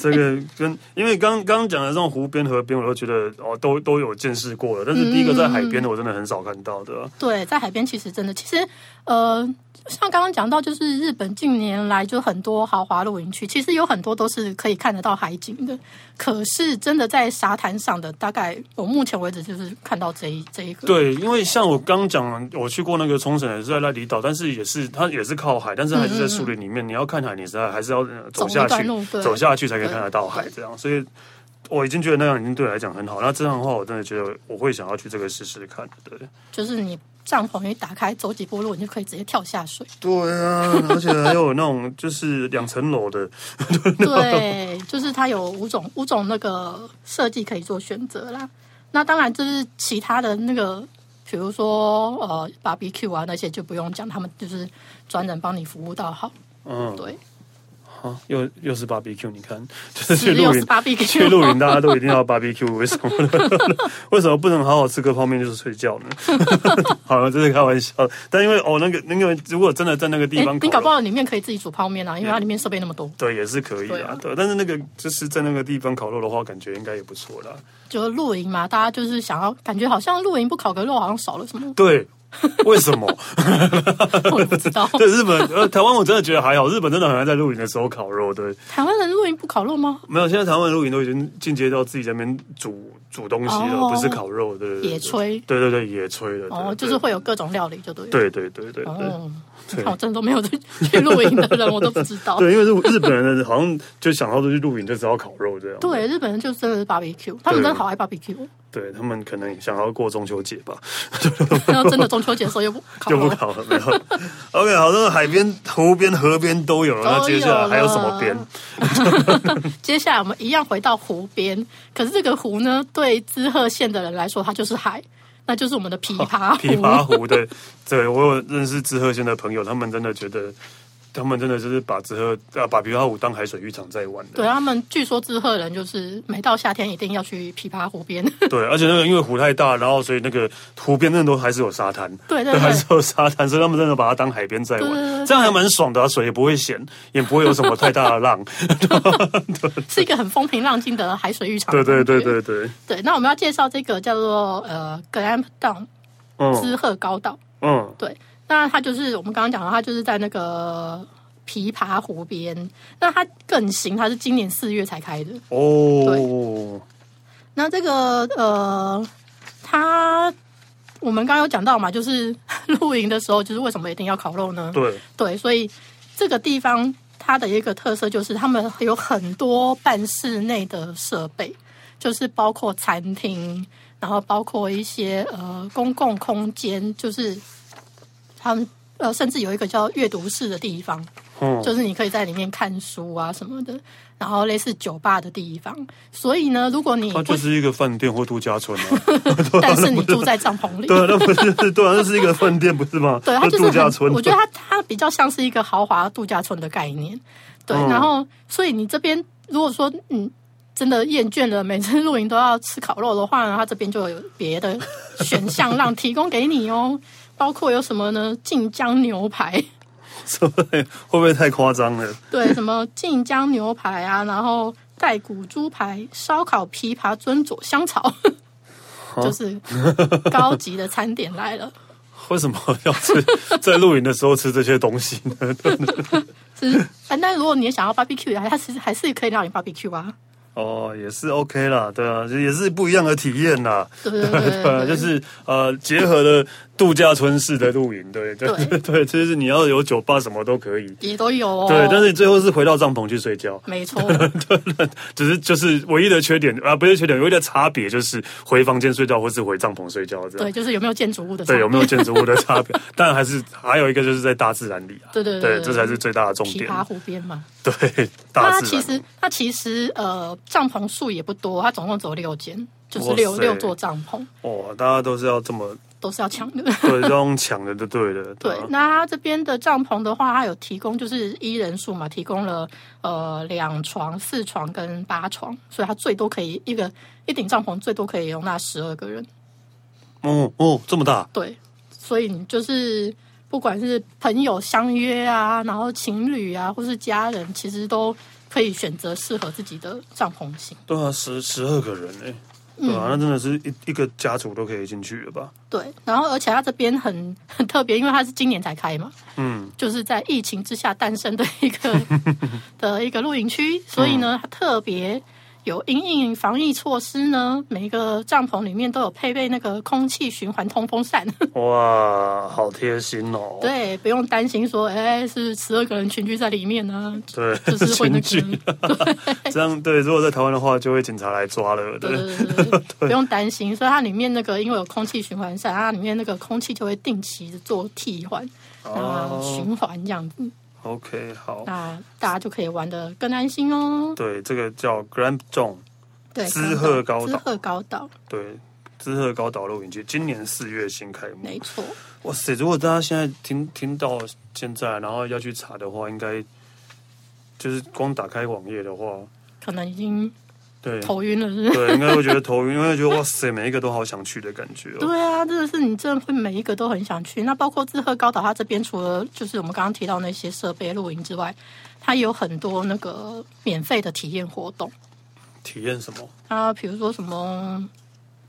S1: 这个
S2: [LAUGHS]
S1: 跟因为刚刚讲的这种湖边、河边，我都觉得哦，都都有见识过了。但是第一个在海
S2: 嗯
S1: 边的，我真的很少看到的啊。
S2: 对，在海边其实真的，其实呃，像刚刚讲到，就是日本近年来就很多豪华露营区，其实有很多都是可以看得到海景的。可是真的在沙滩上的，大概我目前为止就是看到这一这一个。
S1: 对，因为像我刚讲，我去过那个冲绳，也是在那里岛，但是也是它也是靠海，但是还是在树林里面。你要看海，你是还是要呃走
S2: 走一
S1: 下
S2: 段
S1: 去
S2: 路，对
S1: 走下去才可以看得到
S2: 对
S1: 海
S2: 对
S1: 这样。所以我已经觉得那样已经对我来讲很好。那这样的话，我真的觉得我会想要去这个试试看。对，
S2: 就是你帐篷一打开，走几步路，你就可以直接跳下水。
S1: 对啊，而且还有那种就是两层楼的， [LAUGHS]
S2: 对，就是它有五种五种那个设计可以做选择啦。那当然就是其他的那个，比如说呃 barbecue 啊那些就不用讲，他们就是专人帮你服务到好。
S1: 嗯，
S2: 对，
S1: 好，又又是 barbecue，你看，就是去
S2: 只
S1: 露
S2: 有是
S1: 营。去
S2: barbecue，
S1: 露营，大家都一定要 barbecue，为什么呢？ [LAUGHS] 为什么不能好好吃个泡面就是睡觉呢？ [LAUGHS] 好了，这是开玩笑。但因为哦，那个那个，如果真的在那个地
S2: 诶
S1: 方烤嗯
S2: 你
S1: 肉，
S2: 搞不好里面可以自己煮泡面啊，因为它里面设备那么多，
S1: 对也是可以
S2: 对
S1: 啦
S2: 啊。
S1: 对，但是那个就是在那个地方烤肉的话，感觉应该也不错啦。，
S2: 就露营嘛，大家就是想要感觉好像露营不烤个肉好像少了什么
S1: 对，为什
S2: [LAUGHS]
S1: 么？
S2: 我也不知
S1: [LAUGHS]
S2: 道。
S1: 对日本呃，台湾我真的觉得还好，日本真的很爱在露营的时候烤肉。对，
S2: 台湾人露营不烤肉吗？
S1: 没有，现在台湾的露营都已经进阶到自己在那边煮煮东西了，
S2: 哦
S1: 不是烤肉，对对对，
S2: 野炊
S1: 对对对，野炊了，
S2: 哦，
S1: 对
S2: 就是，会有各种料理，就对了。
S1: 对对对对对对。
S2: 哦，你看我真的都没有去去露营的人，我都不知道。
S1: 对，因为日日本人 [LAUGHS] 好像就想到出去露营就知道烤肉这样。
S2: 对，日本人就真的是 barbecue，他们真的好爱 barbecue，
S1: 对，他们可能想要过中秋节吧， [LAUGHS]
S2: 然后真的中秋节的时候又不烤
S1: 就不
S2: 肉，
S1: 烤了。没有 OK，好，那个海边、湖边、河边都有了，那
S2: 都
S1: 接下
S2: 有
S1: 来
S2: 了
S1: 还有什么
S2: [LAUGHS]
S1: 边？
S2: 接下来我们一样回到湖边，可是这个湖呢，对滋贺县的人来说，它就是海，那就是我们
S1: [LAUGHS]
S2: 的琵琶湖。
S1: 琵琶湖的，对我有认识知鹤县的朋友，他们真的觉得他们真的就是把之后啊，把琵琶湖当海水浴场在玩的。
S2: 对他们，据说知鹤人就是每到夏天一定要去琵琶湖边。 [LAUGHS]
S1: 对，而且那个因为湖太大，然后所以那个湖边那都还是有沙滩，[LAUGHS]
S2: 对对对
S1: 还是有沙滩，所以他们真的把它当海边在玩，
S2: 对对对
S1: 这样还蛮爽的、啊，水也不会咸，也不会有什么太大的
S2: [LAUGHS]
S1: 浪。
S2: 是一个很风平浪静的海水浴场。
S1: 对对对对对，
S2: 对。那我们要介绍这个叫做呃 Glamp Down
S1: 嗯
S2: 知鹤高岛。
S1: 嗯
S2: 对，那它就是我们刚刚讲的，它就是在那个琵琶湖边。那它更新，它是今年四月才开的。
S1: 哦，
S2: 那这个呃，它我们刚刚有讲到嘛，就是 [LAUGHS] 露营的时候，就是为什么一定要烤肉呢？
S1: 对，
S2: 对，所以这个地方它的一个特色就是他们有很多办室内的设备，就是包括餐厅，然后包括一些呃公共空间，就是他们呃甚至有一个叫阅读室的地方，
S1: 嗯
S2: 就是你可以在里面看书啊什么的，然后类似酒吧的地方。所以呢，如果你
S1: 它
S2: 不，
S1: 哦就是一个饭店或度假村
S2: [LAUGHS]
S1: 啊。
S2: 但
S1: [LAUGHS]
S2: 是你住在帐篷里。
S1: 对啊，那不是对啊，那是一个饭店不是吗？
S2: 对，它
S1: 那
S2: 就是
S1: 度假
S2: 很
S1: 村。
S2: 我觉得它它比较像是一个豪华度假村的概念。对，
S1: 嗯
S2: 然后所以你这边如果说你真的厌倦了每次 [LAUGHS] 露营都要吃烤肉的话呢，它这边就有别的选项让提供给你哦， [LAUGHS] 包括有什么呢？晋江牛排， [LAUGHS]
S1: 会不会太夸张了？
S2: 对，什么晋江牛排啊，然后带骨猪排、烧烤、琵琶尊佐香草， [LAUGHS] 就是高级的餐点来了。
S1: 为什么要吃在露营的时候吃这些东西呢？ [LAUGHS]
S2: 是，啊那如果你也想要 barbecue，它其实还是可以让你 barbecue 啊。
S1: 哦，也是 OK 啦，对啊，也是不一样的体验啦。
S2: 对对对对
S1: [LAUGHS] 啊，就是呃，结合了度假村式的露营，对对 [LAUGHS]
S2: 对
S1: 对，就是你要有酒吧什么都可以，
S2: 也都有哦。
S1: 对，但是你最后是回到帐篷去睡觉。
S2: 没
S1: [LAUGHS]
S2: 错，
S1: 只是就是唯一的缺点啊，不是缺点，唯一的差别就是回房间睡觉或是回帐篷睡觉这样。
S2: 对，就是有没有建筑物的差
S1: 对，
S2: 别
S1: 有没有建筑物的差别？ [LAUGHS] 当然还是还有一个就是在大自然里啊，
S2: 对对对
S1: 对，
S2: 对
S1: 这才是最大的重
S2: 琵
S1: 点。
S2: 琶湖边嘛？
S1: [LAUGHS] 对，大
S2: 它
S1: 自
S2: 其
S1: 然。
S2: 实它其实呃帐篷数也不多，它总共只有六间，就是
S1: 哇
S2: 六
S1: 塞
S2: 六座帐篷
S1: 哦，大家都是要这么
S2: 都是要抢的。
S1: 对，
S2: [LAUGHS]
S1: 这种抢的就对了。
S2: 对
S1: 啊，
S2: 那它这边的帐篷的话，它有提供就是一人数嘛，提供了呃两床、四床跟八床，所以它最多可以一个一顶帐篷最多可以容纳十二个人。
S1: 哦哦，这么大
S2: 对，所以你就是不管是朋友相约啊，然后情侣啊，或是家人，其实都可以选择适合自己的帐篷型。
S1: 对啊，十十二个人哎、
S2: 嗯
S1: 对啊，那真的是一一个家族都可以进去了
S2: [LAUGHS]
S1: 吧？
S2: 对，然后而且它这边很 [LAUGHS] 很特别，因为它是今年才开嘛，
S1: 嗯，
S2: 就是在疫情之下诞生的一个的一个露营区，所以呢，它特别。有因应防疫措施呢，每一个帐篷里面都有配备那个空气循环通风扇， [LAUGHS]
S1: 哦哇，好贴心哦。
S2: 对，不用担心说，哎，是十二个人群居在里面呢、
S1: 对，
S2: [LAUGHS] 就是会那
S1: 群
S2: 个
S1: 聚，这样对。如果在台湾的话，就会警察来抓了。
S2: 对
S1: 对，
S2: 对
S1: [LAUGHS]
S2: 对对，不用担心。所以它里面那个因为有空气循环扇，它里面那个空气就会定期的做替换，
S1: 哦
S2: 然后循环这样子，
S1: OK，好，
S2: 那大家就可以玩的更安心哦。
S1: 对，这个叫 Grand Zone。
S2: 对，
S1: 知鹤高岛
S2: 知鹤高岛，
S1: 对，知鹤高岛露营区今年四月新开幕。
S2: 没错，
S1: 哇塞！如果大家现在听听到现在，然后要去查的话，应该就是光打开网页的话，
S2: 可能已经
S1: 对
S2: 头晕了，是
S1: [LAUGHS]
S2: 不是？
S1: 对，应该会觉得头晕，因为觉得哇塞，每一个都好想去的感觉哦。
S2: 对啊，真的是你真的会每一个都很想去。那包括志贺高岛，它这边除了就是我们刚刚提到那些设备露营之外，它有很多那个免费的体验活动。
S1: 体验什么？
S2: 啊，比如说什么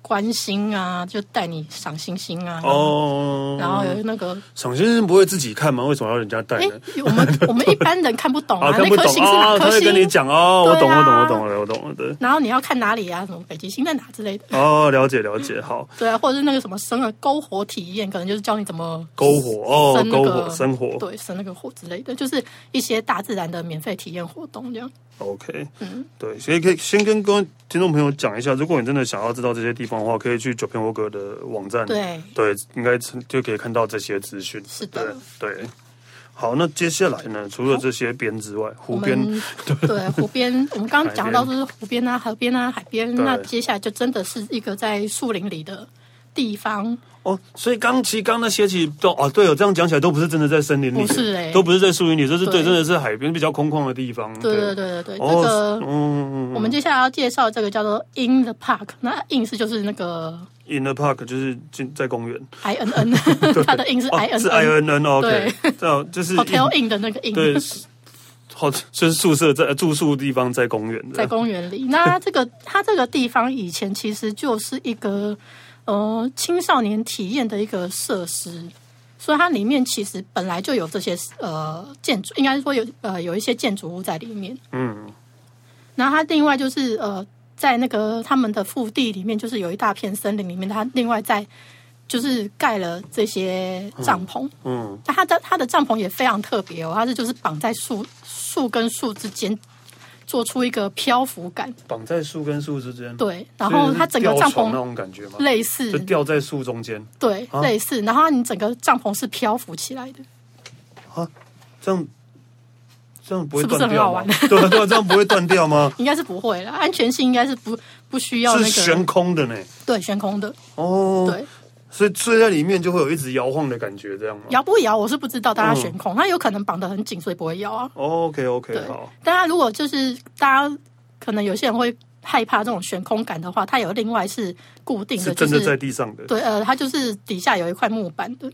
S2: 关心啊，就带你赏星星啊，
S1: 哦，
S2: 然后有那个，
S1: 赏先生不会自己看吗？为什么要人家带
S2: 哎
S1: 呢？，
S2: 我
S1: [LAUGHS]
S2: 们我们一般人看不懂啊，
S1: 啊，看
S2: 那
S1: 不
S2: 颗
S1: 懂
S2: 星是
S1: 啊，
S2: 哪
S1: 他
S2: 颗
S1: 会
S2: 星
S1: 跟？你讲哦，我懂，
S2: 对
S1: 我懂，
S2: 啊
S1: 我懂了，我懂了，对。
S2: 然后你要看哪里啊？什么北极星在哪之类的？
S1: 哦，了解了解，好，
S2: 对啊，或者是那个什么生了篝火体验，可能就是教你怎么
S1: 篝火哦，
S2: 生那
S1: 篝
S2: 个
S1: 火生火
S2: 对，生那个火之类的，就是一些大自然的免费体验活动这样。
S1: OK，对，
S2: 嗯
S1: 所以可以先跟各位听众朋友讲一下，如果你真的想要知道这些地方的话，可以去九片沃格的网站，
S2: 对
S1: 对，应该就可以看到这些资讯。
S2: 是的
S1: 对，对。好，那接下来呢？除了这些边之外，湖
S2: 我
S1: 边
S2: 们对湖边，
S1: [LAUGHS]
S2: 我们刚刚讲到就是湖边啊、河边啊、海边，那接下来就真的是一个在树林里的地方。
S1: 哦，所以刚其实刚那些其实都哦，对哦，这样讲起来都不是真的在森林里，
S2: 不是欸
S1: 都不是在树林里，这是对，
S2: 对
S1: 真的是海边比较空旷的地方。
S2: 对对对对对，
S1: 哦
S2: 这个、
S1: 嗯嗯
S2: 我们接下来要介绍这个叫做 In the Park，那 In 是就是那
S1: [LAUGHS]
S2: 个
S1: 嗯，in the park 就是进在公园，
S2: I N N，它的 In 是 I
S1: 哦
S2: N
S1: 是 I
S2: N。
S1: N N OK，这样就是
S2: Hotel In 的那个 In，
S1: 对，是好就是宿舍在呃住宿地方在公园
S2: 在
S1: 的，
S2: 公园里。那这个它这个地方以前其实就是一个呃青少年体验的一个设施，所以它里面其实本来就有这些呃建筑，应该说有呃有一些建筑物在里面。
S1: 嗯，
S2: 然后它另外就是呃在那个他们的腹地里面，就是有一大片森林里面，它另外在就是盖了这些帐篷。
S1: 嗯，
S2: 但它的它的帐篷也非常特别哦，它是就是绑在树树跟树之间，做出一个漂浮感。
S1: 绑在树跟树之间，，
S2: 对，然后它整个帐
S1: 那
S2: 篷
S1: 种感觉嘛，
S2: 类
S1: 嗯就
S2: 似，
S1: 吊在树中间
S2: 对，
S1: 啊
S2: 类似，然后你整个帐篷是漂浮起来的，
S1: 啊，这样这样不会
S2: 是不是
S1: 断掉吗
S2: 很？
S1: 对啊对啊，这样不会断掉吗？
S2: 应该是不会啦，安全性应该是不不需 [LAUGHS] 要那
S1: 是
S2: 个
S1: 悬空的呢，
S2: 对悬空的，
S1: 哦，
S2: 对，
S1: 所以睡在里面就会有一直摇晃的感觉，这样吗
S2: 摇不摇我是不知道，但它
S1: 嗯
S2: 悬空，它有可能绑得很紧，所以不会摇啊。
S1: ？OK OK，
S2: 对
S1: 哦好，，
S2: 但它如果就是大家可能有些人会害怕这种悬空感的话，它有另外是固定
S1: 是
S2: 的，就
S1: 真的在
S2: 是
S1: 地上的，
S2: 对呃，它就是底下有一块木板的，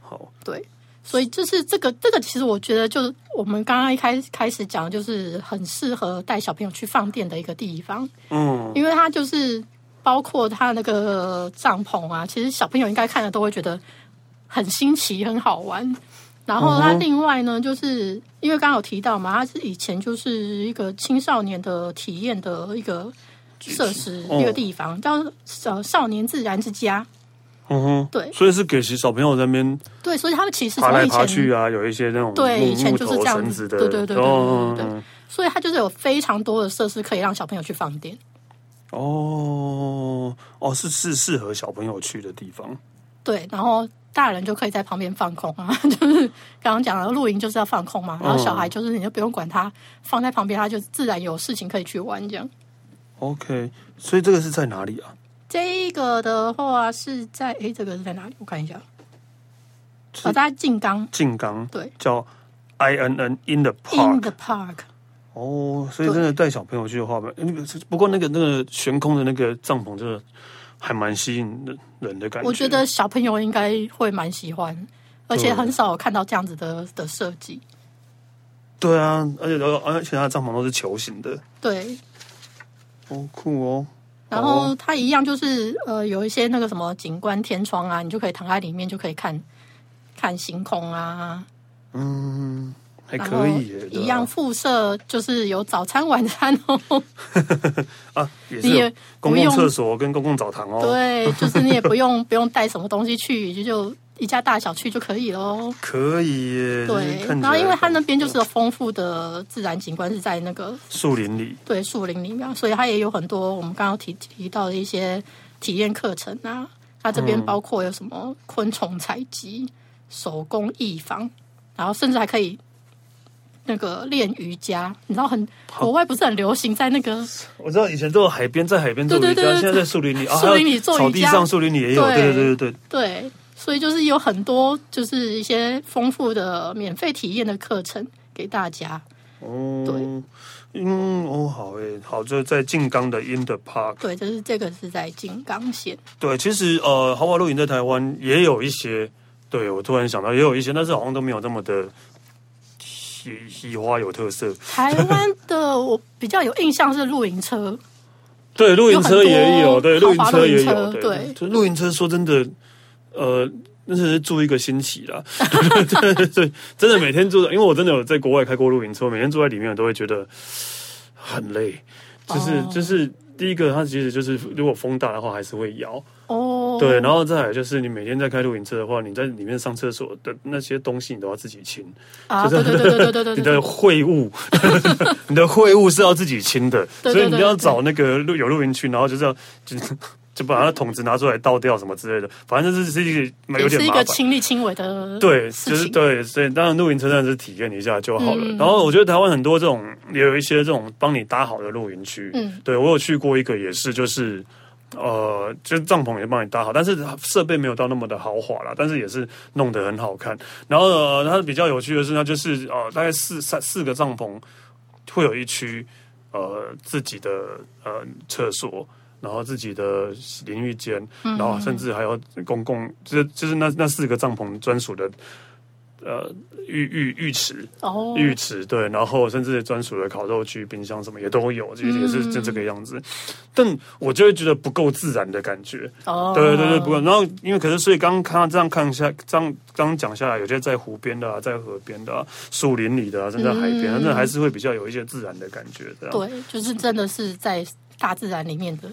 S1: 好，
S2: 对，所以就是这个这个，其实我觉得就是我们刚刚一开开始讲，就是很适合带小朋友去放电的一个地方，
S1: 嗯，
S2: 因为它就是包括它那个帐篷啊，其实小朋友应该看了都会觉得很新奇、很好玩。然后它
S1: 嗯哼
S2: 另外呢，就是因为刚刚有提到嘛，它是以前就是一个青少年的体验的一个设施、
S1: 哦
S2: 一个地方，叫呃少年自然之家。
S1: 嗯哼，
S2: 对
S1: 所以是给小朋友在那边
S2: 对，所以他们其实从
S1: 爬来
S2: 以
S1: 爬
S2: 前
S1: 去啊，有一些那种
S2: 对
S1: 木
S2: 以前
S1: 木
S2: 就是
S1: 头
S2: 这样子
S1: 绳子的，
S2: 对对对对
S1: 哦
S2: 对对所以它就是有非常多的设施可以让小朋友去放电。
S1: 哦哦，是是适合小朋友去的地方，
S2: 对，然后大人就可以在旁边放空啊， [LAUGHS] 就是刚刚讲的露营就是要放空嘛，
S1: 嗯
S2: 然后小孩就是你就不用管他，放在旁边他就自然有事情可以去玩这样。
S1: OK，所以这个是在哪里啊？
S2: 这一个的话是在诶，这个是在哪里？我看一下，
S1: 是
S2: 呃，在静冈
S1: 静冈，
S2: 对
S1: 叫 I N N in the park。
S2: in the park。
S1: 哦，所以
S2: 对
S1: 真的带小朋友去的话，那个不过那个那个悬空的那个帐篷，真的还蛮吸引人人的感觉。
S2: 我觉得小朋友应该会蛮喜欢，而且很少有看到这样子的的设计。
S1: 对啊，而且而且它的帐篷都是球形的，
S2: 对，
S1: 哦酷哦。
S2: 然后它一样就是呃，有一些那个什么景观天窗啊，你就可以躺在里面就可以看看星空啊，
S1: 嗯，还
S2: 然
S1: 可
S2: 后
S1: 以耶，对啊
S2: 一样附设就是有早餐晚餐哦，
S1: 啊， [LAUGHS] 也是
S2: 你也
S1: 有公
S2: 不
S1: 共
S2: 用
S1: 厕所跟公共澡堂哦。
S2: [LAUGHS] 对，就是你也不用不用带什么东西去，就就一家大小去就可以喽。
S1: 可以耶，[LAUGHS]
S2: 对
S1: 就是，看起
S2: 然
S1: 来
S2: 后因为它那边就是有丰富的自然景观是在那个
S1: 树林里，
S2: 对树林里面，所以它也有很多我们刚刚提提到的一些体验课程啊。它这边包括有什么昆虫采集、手工艺坊，然后甚至还可以那个练瑜伽。你知道很国外不是很流行在那个
S1: 我知道以前都有海边，在海边做瑜
S2: 对对
S1: 伽，
S2: 对对
S1: 现在在树林里，啊
S2: 树林里做
S1: 还有草地
S2: 瑜伽
S1: 上，树林里也有，对
S2: 对
S1: 对对对，
S2: 对，所以就是有很多就是一些丰富的免费体验的课程给大家。
S1: 哦，
S2: 对，
S1: 嗯，哦，好诶，好，就在静冈的 In the Park。
S2: 对，就是这个是在金刚县。
S1: 对，其实呃，豪华露营在台湾也有一些，对我突然想到也有一些，但是好像都没有那么的喜喜花有特色。
S2: 台湾的我比较有印象是露营车，
S1: 对，露营车也有，
S2: 有很多
S1: 对，露营车也
S2: 豪华
S1: 有，
S2: 露营车
S1: 对，
S2: 对
S1: 就露营车说真的，呃。那是住一个星期啦，对对对，真的每天住，因为我真的有在国外开过露营车，每天住在里面我都会觉得很累，就是、
S2: 哦
S1: 就是第一个，它其实就是如果风大的话还是会摇，
S2: 哦，
S1: 对，然后再来就是你每天在开露营车的话，你在里面上厕所的那些东西你都要自己清，
S2: 啊，对对对对对
S1: [LAUGHS]
S2: 对
S1: 你的
S2: 对对，
S1: 秽物，你的秽物是要自己清的，
S2: 对对对
S1: 所以你一定要找那个露有露营区，然后就是要就 [LAUGHS] 就把那桶子拿出来倒掉什么之类的，反正这是一个蛮有
S2: 也
S1: 点
S2: 是一
S1: 麻
S2: 个
S1: 烦。
S2: 亲力亲为的
S1: 对，
S2: 事
S1: 就
S2: 情
S1: 是对，所以当然露营车站是体验一下就好了。
S2: 嗯
S1: 然后我觉得台湾很多这种也有一些这种帮你搭好的露营区，
S2: 嗯
S1: 对我有去过一个也是，就是呃，就是帐篷也帮你搭好，但是设备没有到那么的豪华啦，但是也是弄得很好看。然后呃，它比较有趣的是，它就是呃，大概四三四个帐篷会有一区呃自己的呃厕所。然后自己的淋浴间，
S2: 嗯
S1: 然后甚至还有公共，就是就是那那四个帐篷专属的呃浴浴浴池，
S2: 哦，
S1: 浴池对，然后甚至专属的烤肉区、冰箱什么也都有，这
S2: 嗯
S1: 也是就这个样子。但我就会觉得不够自然的感觉，
S2: 哦，
S1: 对对对，不过然后因为可是所以刚刚看到这样看下，这样刚刚讲下来，有些在湖边的啊，在河边的啊，树林里的啊，甚至海边啊，那、还是会比较有一些自然的啊感觉。这样
S2: 嗯对，就是真的是在大自然里面的，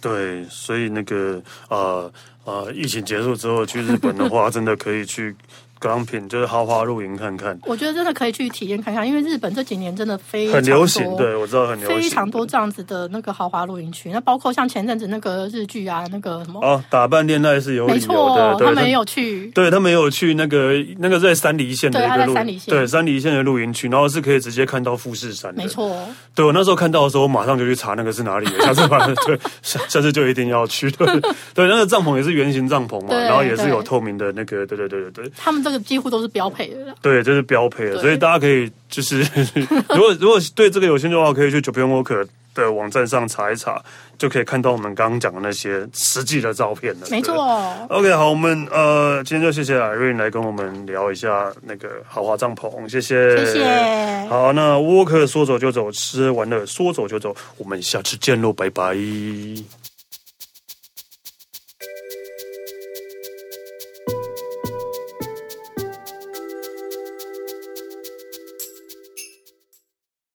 S1: 对，所以那个呃呃，疫情结束之后去日本的话，真的可以去 glamping，就是豪华露营看看，
S2: 我觉得真的可以去体验看看，因为日本这几年真的非常
S1: 很流行，
S2: 多
S1: 对我知道很流行，
S2: 非常多这样子的那个豪华露营区，那包括像前阵子那个日剧啊，那个什么，
S1: 哦，打扮恋爱是有
S2: 没
S1: 理由的，
S2: 错，
S1: 对
S2: 他们也有去，
S1: 对他们有去那个那个在山梨县的
S2: 对
S1: 一
S2: 他
S1: 个
S2: 在
S1: 露
S2: 山梨县
S1: 对山梨县的露营区，然后是可以直接看到富士山的。
S2: 没，错，
S1: 对我那时候看到的时候，我马上就去查那个是哪里，
S2: [LAUGHS]
S1: 下次把对下下次就一定要去。对对，那个帐篷也是圆形帐篷嘛，
S2: 对
S1: 然后也是
S2: 对
S1: 有透明的那个，对对对对对
S2: 他们这个几乎都是标配的啦。
S1: 对，这是标配的，
S2: 对
S1: 所以大家可以就是 [LAUGHS] 如果如果对这个有兴趣的话，可以去 Japan Walker 的网站上查一查，就可以看到我们刚刚讲的那些实际的照片了。
S2: 没
S1: 对
S2: 错，
S1: OK，好，我们呃，今天就谢谢 Irene 来跟我们聊一下那个豪华帐篷，谢谢，
S2: 谢谢
S1: 好，那沃克说走就走，吃完了说走就走，我们下次见喽，拜拜。